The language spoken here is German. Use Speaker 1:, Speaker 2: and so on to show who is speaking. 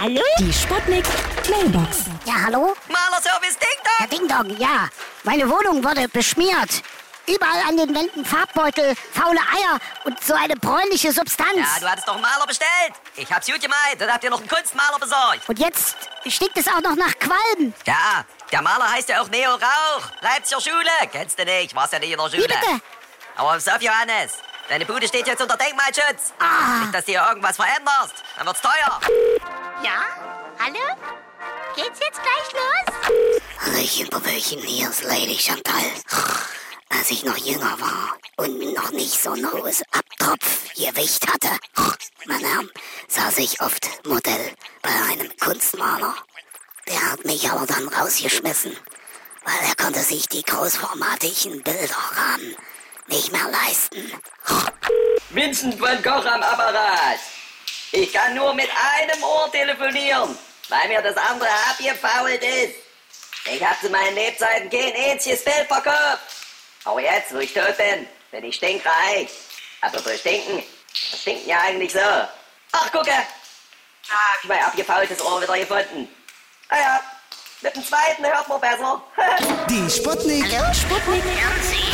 Speaker 1: Hallo?
Speaker 2: Die Sputnik Mailbox.
Speaker 1: Ja, hallo?
Speaker 3: Malerservice Ding
Speaker 1: Ja,
Speaker 3: Dong!
Speaker 1: Ding Dong, ja. Meine Wohnung wurde beschmiert. Überall an den Wänden Farbbeutel, faule Eier und so eine bräunliche Substanz.
Speaker 3: Ja, du hattest doch einen Maler bestellt. Ich hab's gut gemeint. Dann habt ihr noch einen Kunstmaler besorgt.
Speaker 1: und jetzt stinkt es auch noch nach Qualm.
Speaker 3: Ja, der Maler heißt ja auch Neo Rauch. Leipziger Schule. Kennst du nicht? Warst ja nicht in der Schule.
Speaker 1: Wie bitte?
Speaker 3: Aber pass auf, Johannes. Deine Bude steht jetzt unter Denkmalschutz.
Speaker 1: Ah.
Speaker 3: Nicht, dass du hier irgendwas veränderst. Dann wird's teuer.
Speaker 4: Ja? Hallo? Geht's jetzt gleich los?
Speaker 5: Hallöchen, Popöchen, hier ist Lady Chantal. Als ich noch jünger war und noch nicht so ein hohes Abtropfgewicht hatte, meine Herren, saß ich oft Modell bei einem Kunstmaler. Der hat mich aber dann rausgeschmissen, weil er konnte sich die großformatigen Bilderrahmen nicht mehr leisten.
Speaker 3: Vincent van Gogh am Apparat. Ich kann nur mit einem Ohr telefonieren, weil mir das andere abgefault ist. Ich habe zu meinen Lebzeiten kein einziges Bild verkauft. Aber jetzt, wo ich tot bin, bin ich stinkreich. Aber durch Stinken, das stinken ja eigentlich so. Ach, gucke, da hab ich mein abgefaultes Ohr wieder gefunden. Naja, mit dem zweiten hört man besser.
Speaker 6: Die Sputnik.
Speaker 2: Sputnik